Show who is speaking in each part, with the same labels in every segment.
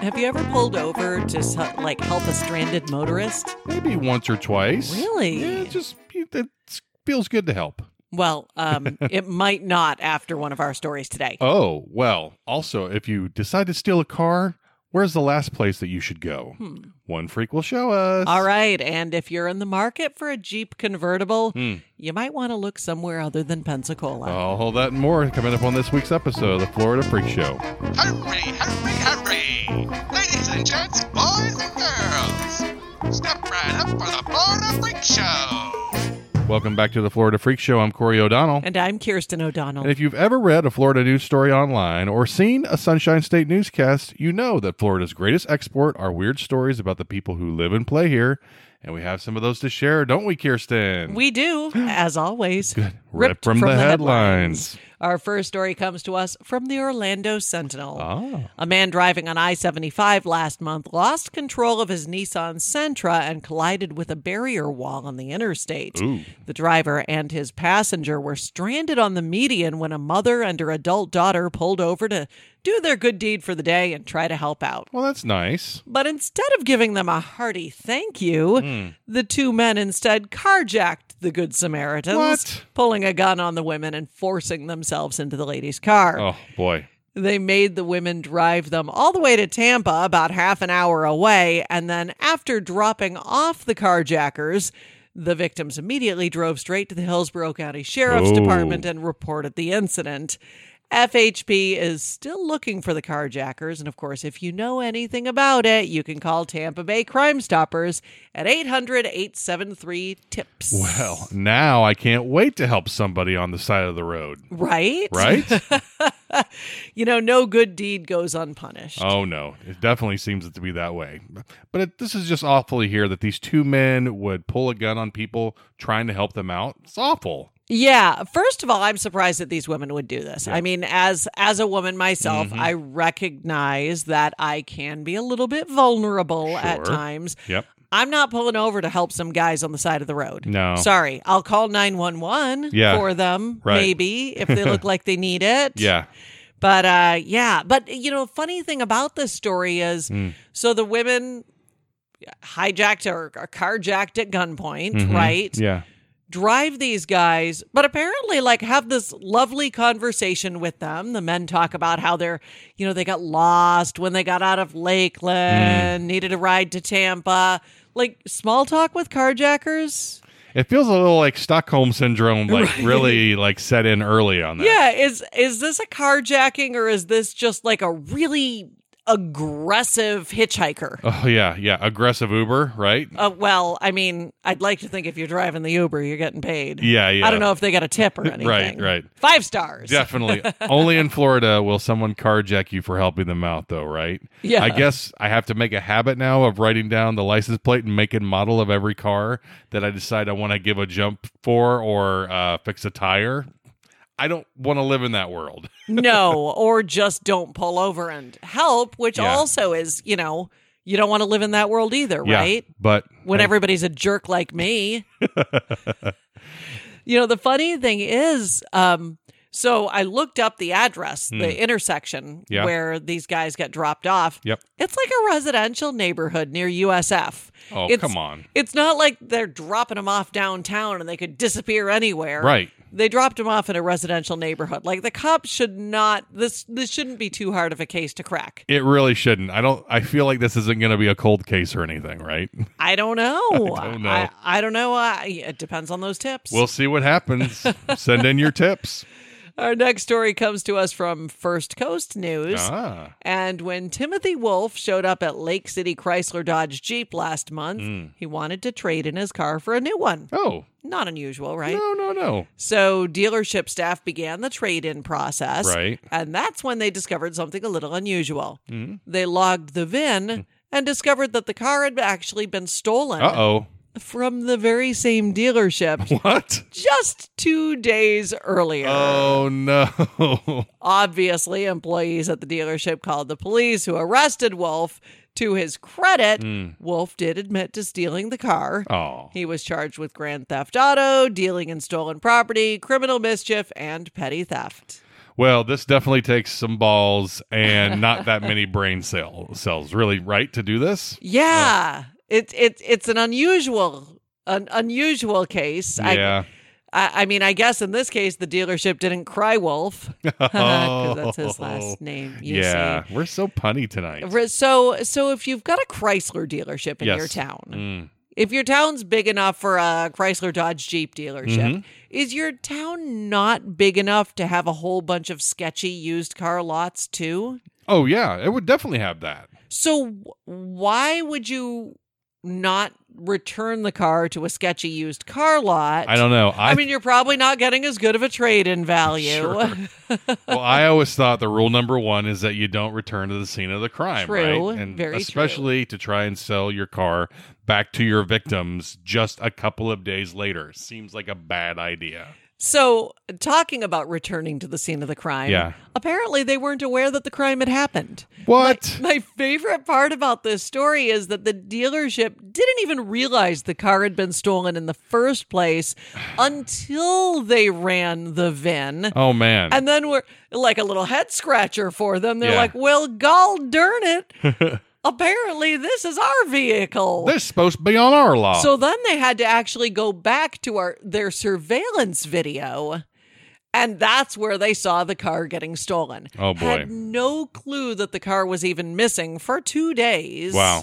Speaker 1: Have you ever pulled over to s- like help a stranded motorist?
Speaker 2: Maybe once or twice.
Speaker 1: Really?
Speaker 2: Yeah, it just it feels good to help.
Speaker 1: Well, um, it might not after one of our stories today.
Speaker 2: Oh, well, also, if you decide to steal a car, where's the last place that you should go?
Speaker 1: Hmm.
Speaker 2: One freak will show us.
Speaker 1: All right, and if you're in the market for a Jeep convertible,
Speaker 2: Hmm. Oh.
Speaker 1: you might want to look somewhere other than Pensacola.
Speaker 2: All that and more coming up on this week's episode of the Florida Freak Show.
Speaker 3: Hurry, hurry, hurry! Ladies and gents, boys and girls, step right up for the Florida Freak Show!
Speaker 2: Welcome back to the Florida Freak Show. I'm Corey O'Donnell.
Speaker 1: And I'm Kirsten O'Donnell.
Speaker 2: And if you've ever read a Florida news story online or seen a Sunshine State newscast, you know that Florida's greatest export are weird stories about the people who live and play here. And we have some of those to share, don't we, Kirsten?
Speaker 1: We do, as always.
Speaker 2: Ripped from, the, headlines.
Speaker 1: Our first story comes to us from the Orlando Sentinel.
Speaker 2: Ah.
Speaker 1: A man driving on I 75 last month lost control of his Nissan Sentra and collided with a barrier wall on the interstate.
Speaker 2: Ooh.
Speaker 1: The driver and his passenger were stranded on the median when a mother and her adult daughter pulled over to do their good deed for the day and try to help out.
Speaker 2: Well, that's nice.
Speaker 1: But instead of giving them a hearty thank you,
Speaker 2: Hmm.
Speaker 1: the two men instead carjacked the Good Samaritans,
Speaker 2: What?
Speaker 1: pulling a gun on the women and forcing themselves into the lady's car.
Speaker 2: Oh, boy.
Speaker 1: They made the women drive them all the way to Tampa, about half an hour away, and then after dropping off the carjackers, the victims immediately drove straight to the Hillsborough County Sheriff's
Speaker 2: Oh.
Speaker 1: Department and reported the incident. FHP is still looking for the carjackers, and of course, if you know anything about it, you can call Tampa Bay Crime Stoppers at 800 873 TIPS.
Speaker 2: Well, now I can't wait to help somebody on the side of the road.
Speaker 1: right?
Speaker 2: Right?
Speaker 1: You know, no good deed goes unpunished.
Speaker 2: Oh no, it definitely seems to be that way. But it, this is just awful to hear that these two men would pull a gun on people trying to help them out. It's awful.
Speaker 1: Yeah, first of all, I'm surprised that these women would do this. I mean, as as a woman myself,
Speaker 2: Mm-hmm.
Speaker 1: I recognize that I can be a little bit vulnerable
Speaker 2: Sure.
Speaker 1: at times.
Speaker 2: Yep.
Speaker 1: I'm not pulling over to help some guys on the side of the road.
Speaker 2: No.
Speaker 1: Sorry, I'll call 911
Speaker 2: Yeah.
Speaker 1: for them
Speaker 2: Right.
Speaker 1: maybe if they look like they need it.
Speaker 2: Yeah.
Speaker 1: But uh yeah, but you know, funny thing about this story is
Speaker 2: Hmm.
Speaker 1: so the women hijacked or, or carjacked at gunpoint,
Speaker 2: Mm-hmm.
Speaker 1: right?
Speaker 2: Yeah.
Speaker 1: drive these guys, but apparently, like, have this lovely conversation with them. The men talk about how they're, you know, they got lost when they got out of
Speaker 2: Mm.
Speaker 1: Lakeland, needed a ride to Tampa. Like, small talk with carjackers.
Speaker 2: It feels a little like Stockholm syndrome, like
Speaker 1: Right.
Speaker 2: really like set in early on that.
Speaker 1: Yeah, is is this a carjacking or is this just like a really aggressive hitchhiker?
Speaker 2: Oh yeah, yeah. Aggressive Uber, right?
Speaker 1: Uh, well, I mean, I'd like to think if you're driving the Uber, you're getting paid.
Speaker 2: Yeah, yeah.
Speaker 1: I don't know if they got a tip or anything.
Speaker 2: right.
Speaker 1: Five stars.
Speaker 2: Definitely. Only in Florida will someone carjack you for helping them out, though, right?
Speaker 1: Yeah.
Speaker 2: I guess I have to make a habit now of writing down the license plate and make and model of every car that I decide I want to give a jump for or uh, fix a tire. I don't want to live in that world.
Speaker 1: no, or just don't pull over and help, which
Speaker 2: Yeah.
Speaker 1: also is, you know, you don't want to live in that world either, right?
Speaker 2: Yeah, but
Speaker 1: When everybody's a jerk like me. you know, the funny thing is, um, so I looked up the address, the intersection
Speaker 2: Hmm. Yeah.
Speaker 1: where these guys got dropped off.
Speaker 2: Yep.
Speaker 1: It's like a residential neighborhood near USF.
Speaker 2: Oh,
Speaker 1: It's-
Speaker 2: come on.
Speaker 1: It's not like they're dropping them off downtown and they could disappear anywhere
Speaker 2: Right.
Speaker 1: they dropped him off in a residential neighborhood. Like the cops should not this this shouldn't be too hard of a case to crack.
Speaker 2: It really shouldn't. I don't I feel like this isn't going to be a cold case or anything, right?
Speaker 1: I don't know.
Speaker 2: I don't know.
Speaker 1: I, I don't know. I, it depends on those tips.
Speaker 2: We'll see what happens. Send in your tips.
Speaker 1: Our next story comes to us from First Coast News.
Speaker 2: Ah.
Speaker 1: And when Timothy Wolf showed up at Lake City Chrysler Dodge Jeep last month,
Speaker 2: Hmm.
Speaker 1: he wanted to trade in his car for a new one.
Speaker 2: Oh.
Speaker 1: Not unusual, right?
Speaker 2: No, no, no.
Speaker 1: So dealership staff began the trade in process.
Speaker 2: Right. Mm-hmm.
Speaker 1: And that's when they discovered something a little unusual. They logged the
Speaker 2: Hmm.
Speaker 1: VIN and discovered that the car had actually been stolen
Speaker 2: Uh-oh.
Speaker 1: from the very same dealership
Speaker 2: What?
Speaker 1: just two days earlier.
Speaker 2: Oh no.
Speaker 1: Obviously, employees at the dealership called the police, who arrested Wolf. To his credit,
Speaker 2: Hmm.
Speaker 1: Wolf did admit to stealing the car.
Speaker 2: Oh.
Speaker 1: He was charged with grand theft auto, dealing in stolen property, criminal mischief, and petty theft.
Speaker 2: Well, this definitely takes some balls and not that many brain cell cells, really, right, to do this.
Speaker 1: Yeah, it's it's it's an unusual an unusual case.
Speaker 2: yeah.
Speaker 1: I, I I mean, I guess in this case the dealership didn't cry wolf 'Cause that's his last name. you
Speaker 2: Oh. yeah,
Speaker 1: see.
Speaker 2: we're so punny tonight.
Speaker 1: Re- So so if you've got a Chrysler dealership in
Speaker 2: Yes.
Speaker 1: your town,
Speaker 2: Mm.
Speaker 1: if your town's big enough for a Chrysler Dodge Jeep dealership,
Speaker 2: Mm-hmm.
Speaker 1: is your town not big enough to have a whole bunch of sketchy used car lots too?
Speaker 2: Oh yeah, it would definitely have that.
Speaker 1: So wh- why would you not return the car to a sketchy used car lot?
Speaker 2: I don't know. I,
Speaker 1: I mean, you're probably not getting as good of a trade-in value.
Speaker 2: Sure. well, I always thought the rule number one is that you don't return to the scene of the crime,
Speaker 1: True,
Speaker 2: right? And
Speaker 1: very true.
Speaker 2: especially to try and sell your car back to your victims just a couple of days later seems like a bad idea.
Speaker 1: So, talking about returning to the scene of the crime,
Speaker 2: Yeah.
Speaker 1: apparently they weren't aware that the crime had happened.
Speaker 2: What?
Speaker 1: My favorite part about this story is that the dealership didn't even realize the car had been stolen in the first place until they ran the VIN.
Speaker 2: Oh man.
Speaker 1: And then we're like a little head scratcher for them. They're
Speaker 2: Yeah.
Speaker 1: like, well, gol darn it. Apparently, this is our vehicle.
Speaker 2: This is supposed to be on our law.
Speaker 1: So then they had to actually go back to our their surveillance video. And that's where they saw the car getting stolen.
Speaker 2: Oh, boy.
Speaker 1: Had no clue that the car was even missing for 2 days.
Speaker 2: Wow.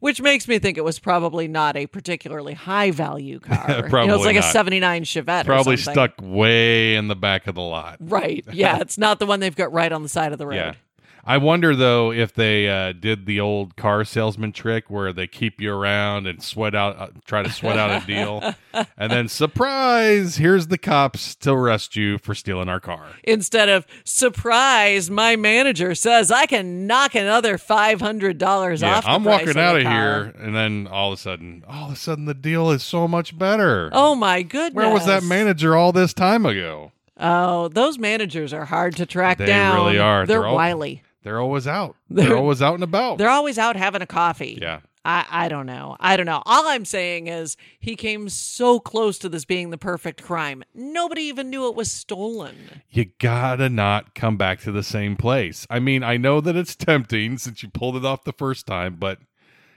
Speaker 1: Which makes me think it was probably not a particularly high value car. You know, it was
Speaker 2: Probably
Speaker 1: like a
Speaker 2: not.
Speaker 1: 79 Chevette or
Speaker 2: Probably
Speaker 1: something.
Speaker 2: stuck way in the back of the lot.
Speaker 1: Right. Yeah, it's not the one they've got right on the side of the road.
Speaker 2: Yeah. I wonder though if they uh, did the old car salesman trick where they keep you around and sweat out, uh, try to sweat out a deal, and then surprise, here's the cops to arrest you for stealing our car.
Speaker 1: Instead of surprise, my manager says I can knock another five hundred dollars
Speaker 2: Yeah,
Speaker 1: off. the
Speaker 2: I'm
Speaker 1: price
Speaker 2: walking
Speaker 1: the
Speaker 2: out of
Speaker 1: car."
Speaker 2: here, and then all of a sudden, all of a sudden, the deal is so much better.
Speaker 1: Oh my goodness!
Speaker 2: where was that manager all this time ago?
Speaker 1: Oh, those managers are hard to track
Speaker 2: They
Speaker 1: down.
Speaker 2: really are.
Speaker 1: They're,
Speaker 2: They're all-
Speaker 1: wily.
Speaker 2: They're always out.
Speaker 1: They're-
Speaker 2: They're, always out and about.
Speaker 1: They're always out having a coffee.
Speaker 2: yeah.
Speaker 1: I, I don't know. I don't know. All I'm saying is he came so close to this being the perfect crime. Nobody even knew it was stolen.
Speaker 2: you gotta not come back to the same place. I mean, I know that it's tempting since you pulled it off the first time, but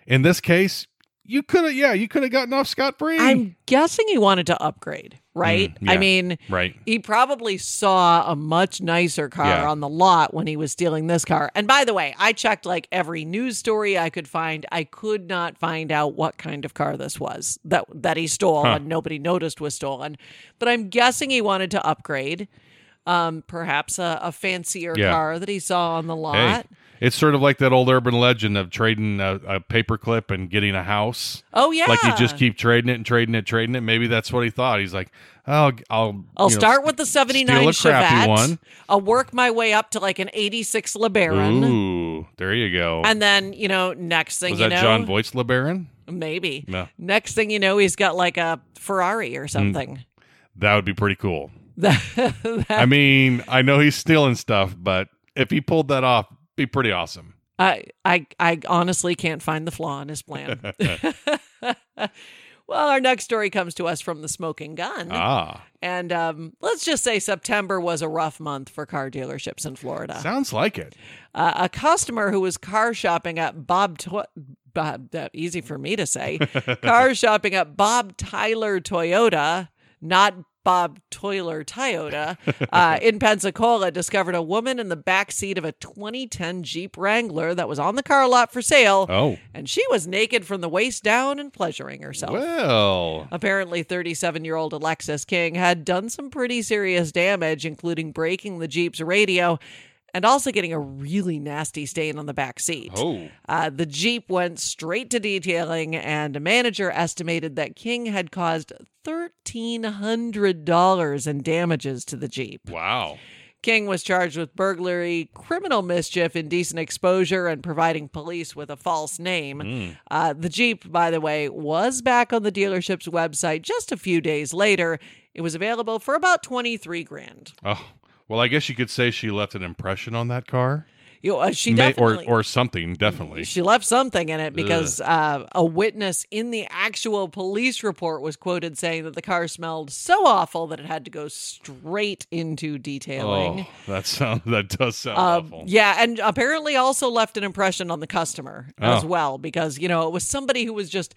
Speaker 2: in this case, you could have, yeah, you could have gotten off scot free.
Speaker 1: I'm guessing he wanted to upgrade, right?
Speaker 2: Mm,
Speaker 1: I
Speaker 2: yeah.
Speaker 1: mean,
Speaker 2: right.
Speaker 1: he probably saw a much nicer car
Speaker 2: Yeah.
Speaker 1: on the lot when he was stealing this car. And by the way, I checked like every news story I could find. I could not find out what kind of car this was that that he stole
Speaker 2: Huh.
Speaker 1: and nobody noticed was stolen. But I'm guessing he wanted to upgrade. Um, perhaps a, a fancier
Speaker 2: Yeah.
Speaker 1: car that he saw on the lot.
Speaker 2: Hey, it's sort of like that old urban legend of trading a, a paperclip and getting a house.
Speaker 1: Oh yeah.
Speaker 2: Like you just keep trading it and trading it, trading it. Maybe that's what he thought. He's like, I'll, I'll,
Speaker 1: I'll
Speaker 2: you know,
Speaker 1: start with the 79
Speaker 2: steal a crappy
Speaker 1: Chevette.
Speaker 2: one.
Speaker 1: I'll work my way up to like an 86 LeBaron.
Speaker 2: Ooh, there you go.
Speaker 1: And then, you know, next thing
Speaker 2: Was
Speaker 1: you
Speaker 2: that
Speaker 1: know,
Speaker 2: John Voice LeBaron?
Speaker 1: Maybe.
Speaker 2: No.
Speaker 1: Next thing you know, he's got like a Ferrari or something.
Speaker 2: That would be pretty cool.
Speaker 1: That- that-
Speaker 2: I mean, I know he's stealing stuff, but if he pulled that off, be pretty awesome.
Speaker 1: I, I, I honestly can't find the flaw in his plan. well, our next story comes to us from the smoking gun.
Speaker 2: Ah,
Speaker 1: and um, let's just say September was a rough month for car dealerships in Florida.
Speaker 2: sounds like it.
Speaker 1: uh, a customer who was car shopping at Bob, Toy Bob that easy for me to say, car shopping at Bob Tyler Toyota, not Bob Toiler Toyota, uh, in Pensacola, discovered a woman in the back seat of a 2010 Jeep Wrangler that was on the car lot for sale,
Speaker 2: Oh,
Speaker 1: and she was naked from the waist down and pleasuring herself.
Speaker 2: well,
Speaker 1: Apparently, 37 year old Alexis King had done some pretty serious damage, including breaking the Jeep's radio and also getting a really nasty stain on the back seat.
Speaker 2: oh,
Speaker 1: Uh, the Jeep went straight to detailing, and a manager estimated that King had caused $1,300 in damages to the Jeep.
Speaker 2: wow.
Speaker 1: King was charged with burglary, criminal mischief, indecent exposure, and providing police with a false name.
Speaker 2: Hmm.
Speaker 1: Uh, the Jeep, by the way, was back on the dealership's website just a few days later. It was available for about 23 grand.
Speaker 2: Oh, well, I guess you could say she left an impression on that car.
Speaker 1: You know, uh, she
Speaker 2: May- or
Speaker 1: definitely
Speaker 2: or something definitely.
Speaker 1: she left something in it because uh, a witness in the actual police report was quoted saying that the car smelled so awful that it had to go straight into detailing.
Speaker 2: Oh, that sound that does sound
Speaker 1: Um,
Speaker 2: awful.
Speaker 1: yeah, and apparently also left an impression on the customer as
Speaker 2: Oh.
Speaker 1: well because you know it was somebody who was just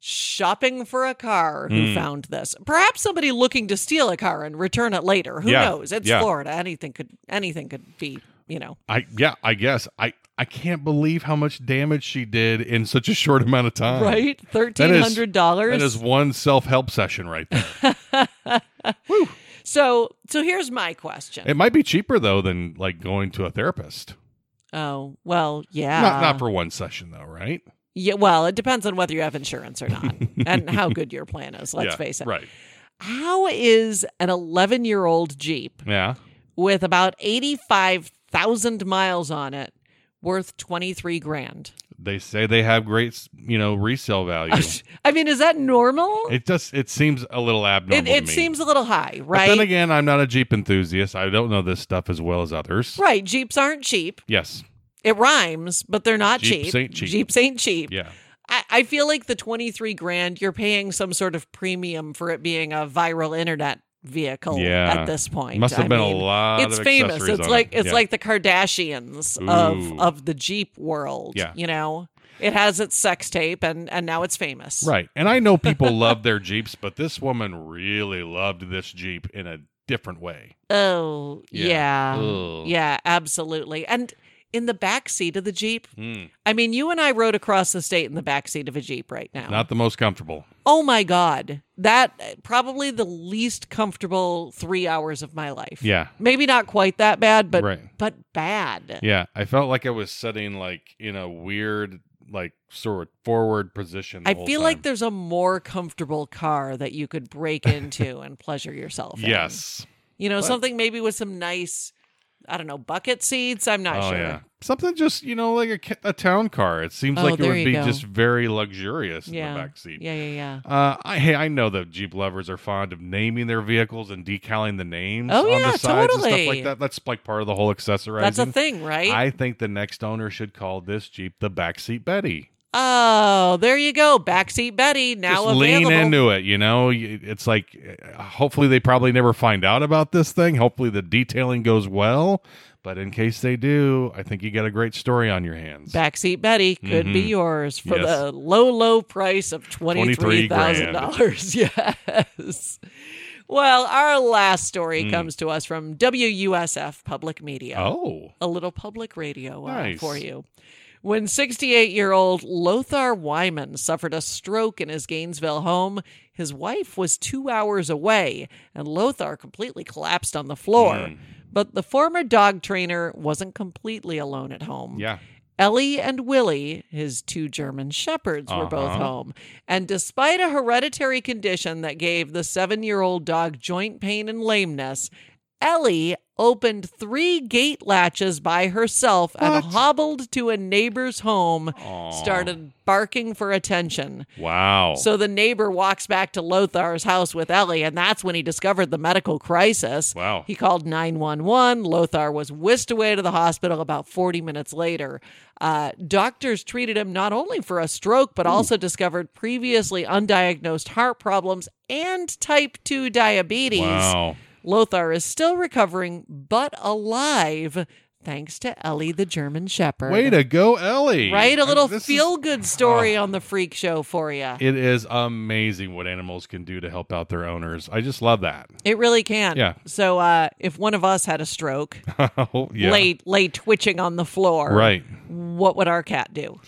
Speaker 1: shopping for a car
Speaker 2: Hmm.
Speaker 1: who found this. Perhaps somebody looking to steal a car and return it later. Who
Speaker 2: Yeah,
Speaker 1: knows? It's
Speaker 2: yeah.
Speaker 1: Florida. Anything could anything could be. You know.
Speaker 2: I yeah, I guess I I can't believe how much damage she did in such a short amount of time.
Speaker 1: Right,
Speaker 2: That
Speaker 1: thirteen
Speaker 2: is-
Speaker 1: hundred dollars.
Speaker 2: That is one self help session right there.
Speaker 1: so, so here's my question.
Speaker 2: it might be cheaper though than like going to a therapist.
Speaker 1: oh well, yeah,
Speaker 2: not not for one session though, right?
Speaker 1: yeah. Well, it depends on whether you have insurance or not, and how good your plan is. Let's
Speaker 2: Yeah,
Speaker 1: face it.
Speaker 2: Right.
Speaker 1: How is an eleven-year-old Jeep
Speaker 2: Yeah.
Speaker 1: with about 85,000 miles on it worth 23 grand.
Speaker 2: They say they have great, you know, resale value.
Speaker 1: I mean, is that normal?
Speaker 2: it just it seems a little abnormal.
Speaker 1: It,
Speaker 2: to
Speaker 1: it
Speaker 2: me.
Speaker 1: seems a little high,
Speaker 2: But
Speaker 1: right?
Speaker 2: then again, I'm not a Jeep enthusiast. I don't know this stuff as well as others.
Speaker 1: right. Jeeps aren't cheap.
Speaker 2: Yes.
Speaker 1: It rhymes, but they're not
Speaker 2: Jeeps
Speaker 1: cheap.
Speaker 2: ain't cheap.
Speaker 1: Jeeps ain't cheap.
Speaker 2: Yeah.
Speaker 1: I, I feel like the 23 grand, you're paying some sort of premium for it being a viral internet vehicle
Speaker 2: Yeah.
Speaker 1: at this point.
Speaker 2: Must have
Speaker 1: I
Speaker 2: been
Speaker 1: mean,
Speaker 2: a lot.
Speaker 1: it's
Speaker 2: of
Speaker 1: famous.
Speaker 2: accessories
Speaker 1: It's
Speaker 2: on
Speaker 1: like
Speaker 2: it.
Speaker 1: it's
Speaker 2: Yeah.
Speaker 1: like the Kardashians
Speaker 2: Ooh.
Speaker 1: of of the Jeep world.
Speaker 2: Yeah.
Speaker 1: You know? It has its sex tape and and now it's famous.
Speaker 2: right. And I know people love their Jeeps, but this woman really loved this Jeep in a different way.
Speaker 1: Oh
Speaker 2: Yeah.
Speaker 1: yeah.
Speaker 2: Ugh.
Speaker 1: Yeah, absolutely. And in the back seat of the Jeep.
Speaker 2: Hmm.
Speaker 1: I mean, you and I rode across the state in the back seat of a Jeep right now.
Speaker 2: Not the most comfortable.
Speaker 1: oh my God. That probably the least comfortable three hours of my life.
Speaker 2: Yeah.
Speaker 1: Maybe not quite that bad, but
Speaker 2: Right.
Speaker 1: but bad.
Speaker 2: Yeah. I felt like I was sitting like in a weird, like sort of forward position. the
Speaker 1: I
Speaker 2: whole
Speaker 1: feel
Speaker 2: time.
Speaker 1: like there's a more comfortable car that you could break into and pleasure yourself. in.
Speaker 2: Yes.
Speaker 1: You know,
Speaker 2: But-
Speaker 1: something maybe with some nice, I don't know, bucket seats. I'm not
Speaker 2: oh
Speaker 1: Ah, sure.
Speaker 2: yeah. Something just you know like a, ca- a town car. It seems
Speaker 1: Oh,
Speaker 2: like it
Speaker 1: there
Speaker 2: would
Speaker 1: you
Speaker 2: be
Speaker 1: go.
Speaker 2: just very luxurious
Speaker 1: Yeah.
Speaker 2: in the back seat.
Speaker 1: Yeah, yeah, yeah.
Speaker 2: Uh, I, hey, I know that Jeep lovers are fond of naming their vehicles and decaling the names
Speaker 1: Oh,
Speaker 2: on
Speaker 1: yeah,
Speaker 2: the sides and stuff
Speaker 1: totally.
Speaker 2: like that. That's like part of the whole accessorizing.
Speaker 1: That's a thing, right?
Speaker 2: I think the next owner should call this Jeep the backseat Betty.
Speaker 1: oh, there you go. Backseat Betty now
Speaker 2: Just
Speaker 1: available.
Speaker 2: lean into it, you know. You- It's like uh, hopefully they probably never find out about this thing. Hopefully the detailing goes well, but in case they do, I think you got a great story on your hands.
Speaker 1: Backseat Betty could be
Speaker 2: Mhm.
Speaker 1: yours for
Speaker 2: Yes.
Speaker 1: the low, low price of $23,000. yes. Well, our last story
Speaker 2: Mm.
Speaker 1: comes to us from WUSF Public Media.
Speaker 2: oh,
Speaker 1: a little public radio uh,
Speaker 2: Nice.
Speaker 1: for you. When 68 year old Lothar Wyman suffered a stroke in his Gainesville home, his wife was two hours away, and Lothar completely collapsed on the floor.
Speaker 2: Mm.
Speaker 1: But the former dog trainer wasn't completely alone at home.
Speaker 2: yeah.
Speaker 1: Ellie and Willie, his two German shepherds, were both
Speaker 2: Uh-huh.
Speaker 1: home. And despite a hereditary condition that gave the seven year old dog joint pain and lameness, Ellie opened three gate latches by herself
Speaker 2: What?
Speaker 1: and hobbled to a neighbor's home,
Speaker 2: Aw.
Speaker 1: started barking for attention.
Speaker 2: Wow.
Speaker 1: So the neighbor walks back to Lothar's house with Ellie, and that's when he discovered the medical crisis.
Speaker 2: wow.
Speaker 1: He called 911. Lothar was whisked away to the hospital about 40 minutes later. Uh, doctors treated him not only for a stroke,
Speaker 2: Hmm.
Speaker 1: but also discovered previously undiagnosed heart problems and type 2 diabetes.
Speaker 2: wow.
Speaker 1: Lothar is still recovering, but alive, thanks to Ellie the German Shepherd.
Speaker 2: Way to go, Ellie.
Speaker 1: Right? A little
Speaker 2: This is- Oh.
Speaker 1: feel good story on the freak show for you. It,
Speaker 2: It is amazing what animals can do to help out their owners. I just love that.
Speaker 1: really can.
Speaker 2: Yeah.
Speaker 1: So uh, if one of us had a stroke,
Speaker 2: Oh, yeah.
Speaker 1: lay, lay twitching on the floor.
Speaker 2: Right.
Speaker 1: what would our cat do?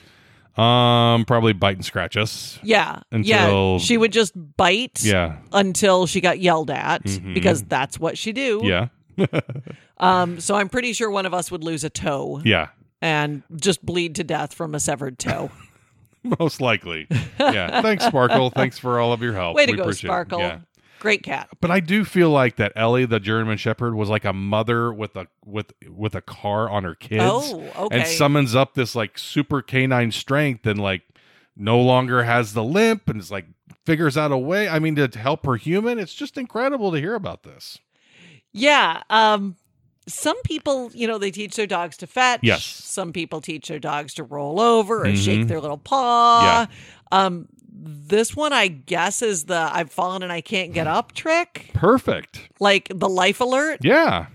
Speaker 2: Um, probably bite and scratch us.
Speaker 1: Yeah.
Speaker 2: Until-
Speaker 1: yeah. She would just bite
Speaker 2: Yeah.
Speaker 1: until she got yelled at
Speaker 2: Mhm.
Speaker 1: because that's what she do.
Speaker 2: Yeah.
Speaker 1: Um, so I'm pretty sure one of us would lose a toe
Speaker 2: Yeah.
Speaker 1: and just bleed to death from a severed toe.
Speaker 2: Most likely. Yeah. Thanks, Sparkle. Thanks for all of your help.
Speaker 1: Way to
Speaker 2: Oh, We
Speaker 1: go,
Speaker 2: appreciate it.
Speaker 1: Sparkle.
Speaker 2: Yeah.
Speaker 1: Great cat.
Speaker 2: But I do feel like that Ellie, the German Shepherd, was like a mother with a with with a car on her kids.
Speaker 1: Oh, okay.
Speaker 2: and summons up this like super canine strength and like no longer has the limp and is like figures out a way i mean to help her human it's just incredible to hear about this
Speaker 1: yeah. Um, some people, you know, they teach their dogs to fetch.
Speaker 2: Yes. Mm-hmm.
Speaker 1: Some people teach their dogs to roll over or shake their little paw. Um, this one, I guess, is the I've fallen and I can't get up trick,
Speaker 2: Perfect.
Speaker 1: like the life alert.
Speaker 2: Yeah.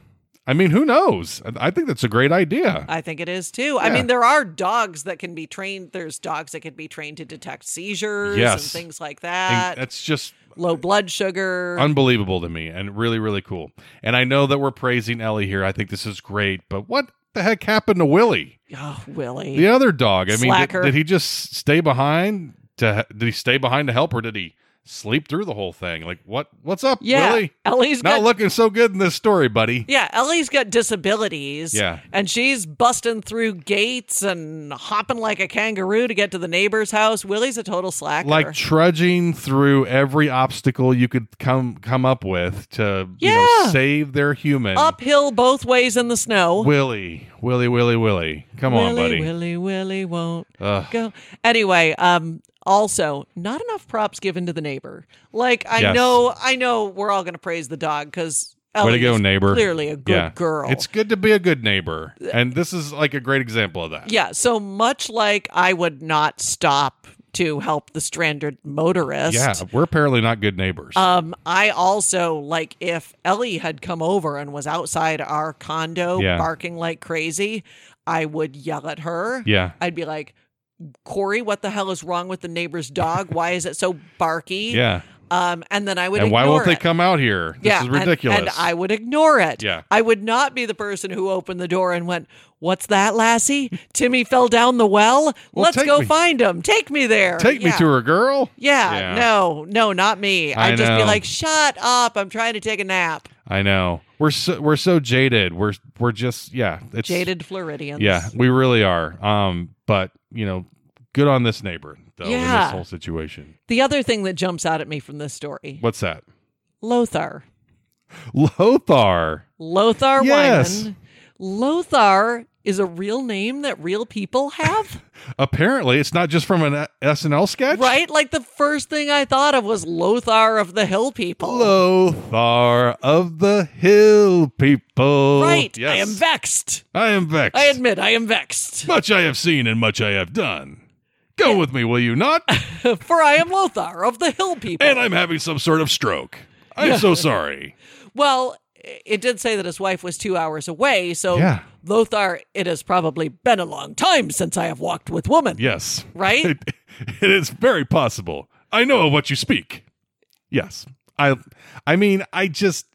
Speaker 2: I mean, who knows? I I think that's a great idea.
Speaker 1: I think it is too. I
Speaker 2: Yeah.
Speaker 1: mean, there are dogs that can be trained. There's dogs that can be trained to detect seizures and
Speaker 2: Yes.
Speaker 1: things like
Speaker 2: And uh,
Speaker 1: that.
Speaker 2: that's just
Speaker 1: Low blood sugar.
Speaker 2: unbelievable to me and really, really cool. And I know that we're praising Ellie here. I think this is great, but what the heck happened to Willie?
Speaker 1: oh, Willie.
Speaker 2: The other dog. I mean, did,
Speaker 1: Slacker.
Speaker 2: did he just stay behind to did he stay behind to help or did he sleep through the whole thing? Like what what's up,
Speaker 1: yeah.
Speaker 2: Willie?
Speaker 1: Ellie's
Speaker 2: Not
Speaker 1: got.
Speaker 2: looking so good in this story, buddy.
Speaker 1: yeah, Ellie's got disabilities.
Speaker 2: Yeah.
Speaker 1: And she's busting through gates and hopping like a kangaroo to get to the neighbor's house. Willie's a total slacker.
Speaker 2: Like trudging through every obstacle you could come come up with to you know
Speaker 1: Yeah.
Speaker 2: save their human.
Speaker 1: Uphill both ways in the snow.
Speaker 2: Willie, Willie, Willie, Willie. Come
Speaker 1: Willie,
Speaker 2: on, buddy.
Speaker 1: Willie, Willie won't
Speaker 2: Ugh.
Speaker 1: go. Anyway, um, also not enough props given to the neighbor. Like I
Speaker 2: Yes.
Speaker 1: know, I know we're all gonna praise the dog because
Speaker 2: Way to go, neighbor.
Speaker 1: Clearly a good girl. Uh,
Speaker 2: It's good to be a good neighbor. And this is like a great example of that.
Speaker 1: yeah. So much like I would not stop to help the stranded motorist.
Speaker 2: Yeah, we're apparently not good neighbors.
Speaker 1: Um, I also like if Ellie had come over and was outside our condo
Speaker 2: Yeah.
Speaker 1: barking like crazy, I would yell at her.
Speaker 2: yeah.
Speaker 1: I'd be like, Corey, what the hell is wrong with the neighbor's dog? Why is it so barky?
Speaker 2: Yeah.
Speaker 1: Um, and then I would.
Speaker 2: And why
Speaker 1: ignore
Speaker 2: won't they
Speaker 1: it.
Speaker 2: come out here? This
Speaker 1: yeah,
Speaker 2: is
Speaker 1: and-
Speaker 2: ridiculous.
Speaker 1: And, I would ignore it.
Speaker 2: Yeah.
Speaker 1: I would not be the person who opened the door and went, "What's that, Lassie? Timmy fell down the well. Let's
Speaker 2: take
Speaker 1: go
Speaker 2: me-
Speaker 1: find him. Take me there.
Speaker 2: Take me
Speaker 1: Yeah.
Speaker 2: to her, girl.
Speaker 1: Yeah,
Speaker 2: Yeah.
Speaker 1: no, no, not me. I'd
Speaker 2: I
Speaker 1: just be
Speaker 2: know.
Speaker 1: like, "Shut up! I'm trying to take a nap."
Speaker 2: I know. We're so we're so jaded. We're we're just yeah. It's
Speaker 1: Jaded Floridians.
Speaker 2: Yeah, we really are. Um, but you know, good on this neighbor though in
Speaker 1: Yeah.
Speaker 2: this whole situation.
Speaker 1: The other thing that jumps out at me from this story,
Speaker 2: What's that?
Speaker 1: Lothar.
Speaker 2: Lothar.
Speaker 1: Lothar
Speaker 2: Yes.
Speaker 1: Wyman. Lothar is a real name that real people have,
Speaker 2: Apparently, it's not just from an uh, SNL sketch,
Speaker 1: right? Like the first thing I thought of was Lothar of the Hill People.
Speaker 2: Lothar of the Hill people.
Speaker 1: Right.
Speaker 2: Yes.
Speaker 1: I am vexed.
Speaker 2: I am vexed.
Speaker 1: I admit I am vexed.
Speaker 2: much I have seen and much I have done. Go with me, will you not?
Speaker 1: For I am Lothar of the Hill People.
Speaker 2: and I'm having some sort of stroke. I'm so sorry.
Speaker 1: well, it did say that his wife was two hours away, so
Speaker 2: Yeah.
Speaker 1: Lothar, it has probably been a long time since I have walked with woman.
Speaker 2: Yes.
Speaker 1: Right?
Speaker 2: It- it is very possible. I know of what you speak. Yes. I I mean, I just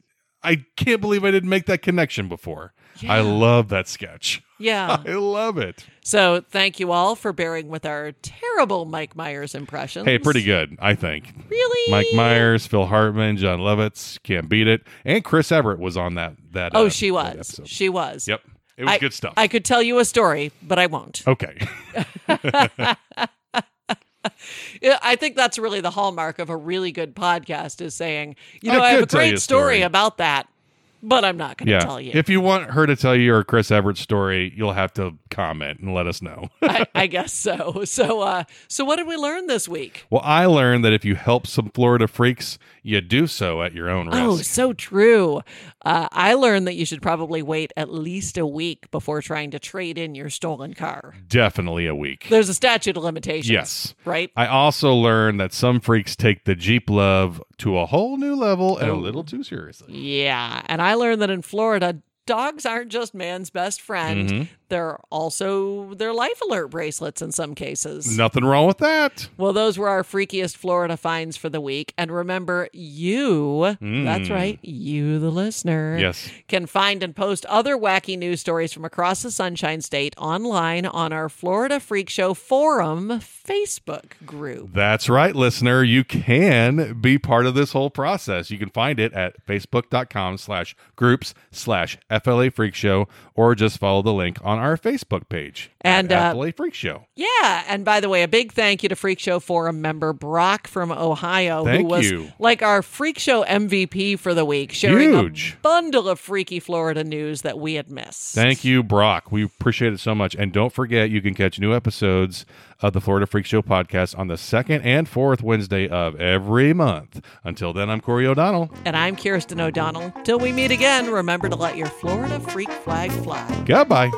Speaker 2: I can't believe I didn't make that connection before. I love that sketch.
Speaker 1: Yeah.
Speaker 2: I love it.
Speaker 1: So thank you all for bearing with our terrible Mike Myers impressions.
Speaker 2: Hey, pretty good, I think.
Speaker 1: Really?
Speaker 2: Mike Myers, Phil Hartman, John Lovitz, can't beat it. And Chris Everett was on that that
Speaker 1: Oh,
Speaker 2: uh,
Speaker 1: she
Speaker 2: that
Speaker 1: was.
Speaker 2: episode.
Speaker 1: She was.
Speaker 2: Yep. It was
Speaker 1: I-
Speaker 2: good stuff.
Speaker 1: I could tell you a story, but I won't.
Speaker 2: okay.
Speaker 1: Yeah, I think that's really the hallmark of a really good podcast is saying, you
Speaker 2: I
Speaker 1: know, I, have a
Speaker 2: could tell you
Speaker 1: great
Speaker 2: a
Speaker 1: story.
Speaker 2: story.
Speaker 1: about that, but I'm not going to
Speaker 2: Yeah.
Speaker 1: tell you.
Speaker 2: If you want her to tell you her Chris Everett story, you'll have to comment and let us know.
Speaker 1: I, I guess so. So, uh, so what did we learn this week?
Speaker 2: well, I learned that if you help some Florida freaks, you do so at your own risk.
Speaker 1: Oh, so true. Uh, I learned that you should probably wait at least a week before trying to trade in your stolen car.
Speaker 2: Definitely a week.
Speaker 1: There's a statute of limitations.
Speaker 2: Yes.
Speaker 1: Right?
Speaker 2: I also learned that some freaks take the Jeep love to a whole new level
Speaker 1: Oh.
Speaker 2: and a little too seriously.
Speaker 1: Yeah. And I learned that in Florida, dogs aren't just man's best friend.
Speaker 2: Mm-hmm.
Speaker 1: They're also their life alert bracelets in some cases.
Speaker 2: Nothing wrong with that.
Speaker 1: Well, those were our freakiest Florida finds for the week. And remember, you, that's
Speaker 2: Hmm.
Speaker 1: right, you, the listener,
Speaker 2: Yes.
Speaker 1: can find and post other wacky news stories from across the Sunshine State online on our Florida Freak Show Forum Facebook group.
Speaker 2: That's right, listener. You can be part of this whole process. You can find it at facebook.com slash groups slash FLA Freak Show or just follow the link on our Facebook page.
Speaker 1: And uh,
Speaker 2: Athlete Freak Show.
Speaker 1: yeah, and by the way, a big thank you to Freak Show Forum member Brock from Ohio, who
Speaker 2: Thank
Speaker 1: was
Speaker 2: you.
Speaker 1: like our Freak Show MVP for the week, sharing
Speaker 2: Huge.
Speaker 1: a bundle of freaky Florida news that we had missed.
Speaker 2: Thank you, Brock. We appreciate it so much. And don't forget, you can catch new episodes of the Florida Freak Show podcast on the second and fourth Wednesday of every month. Until then, I'm Corey O'Donnell.
Speaker 1: And I'm Kirsten O'Donnell. Till we meet again, remember to let your Florida freak flag fly.
Speaker 2: Goodbye.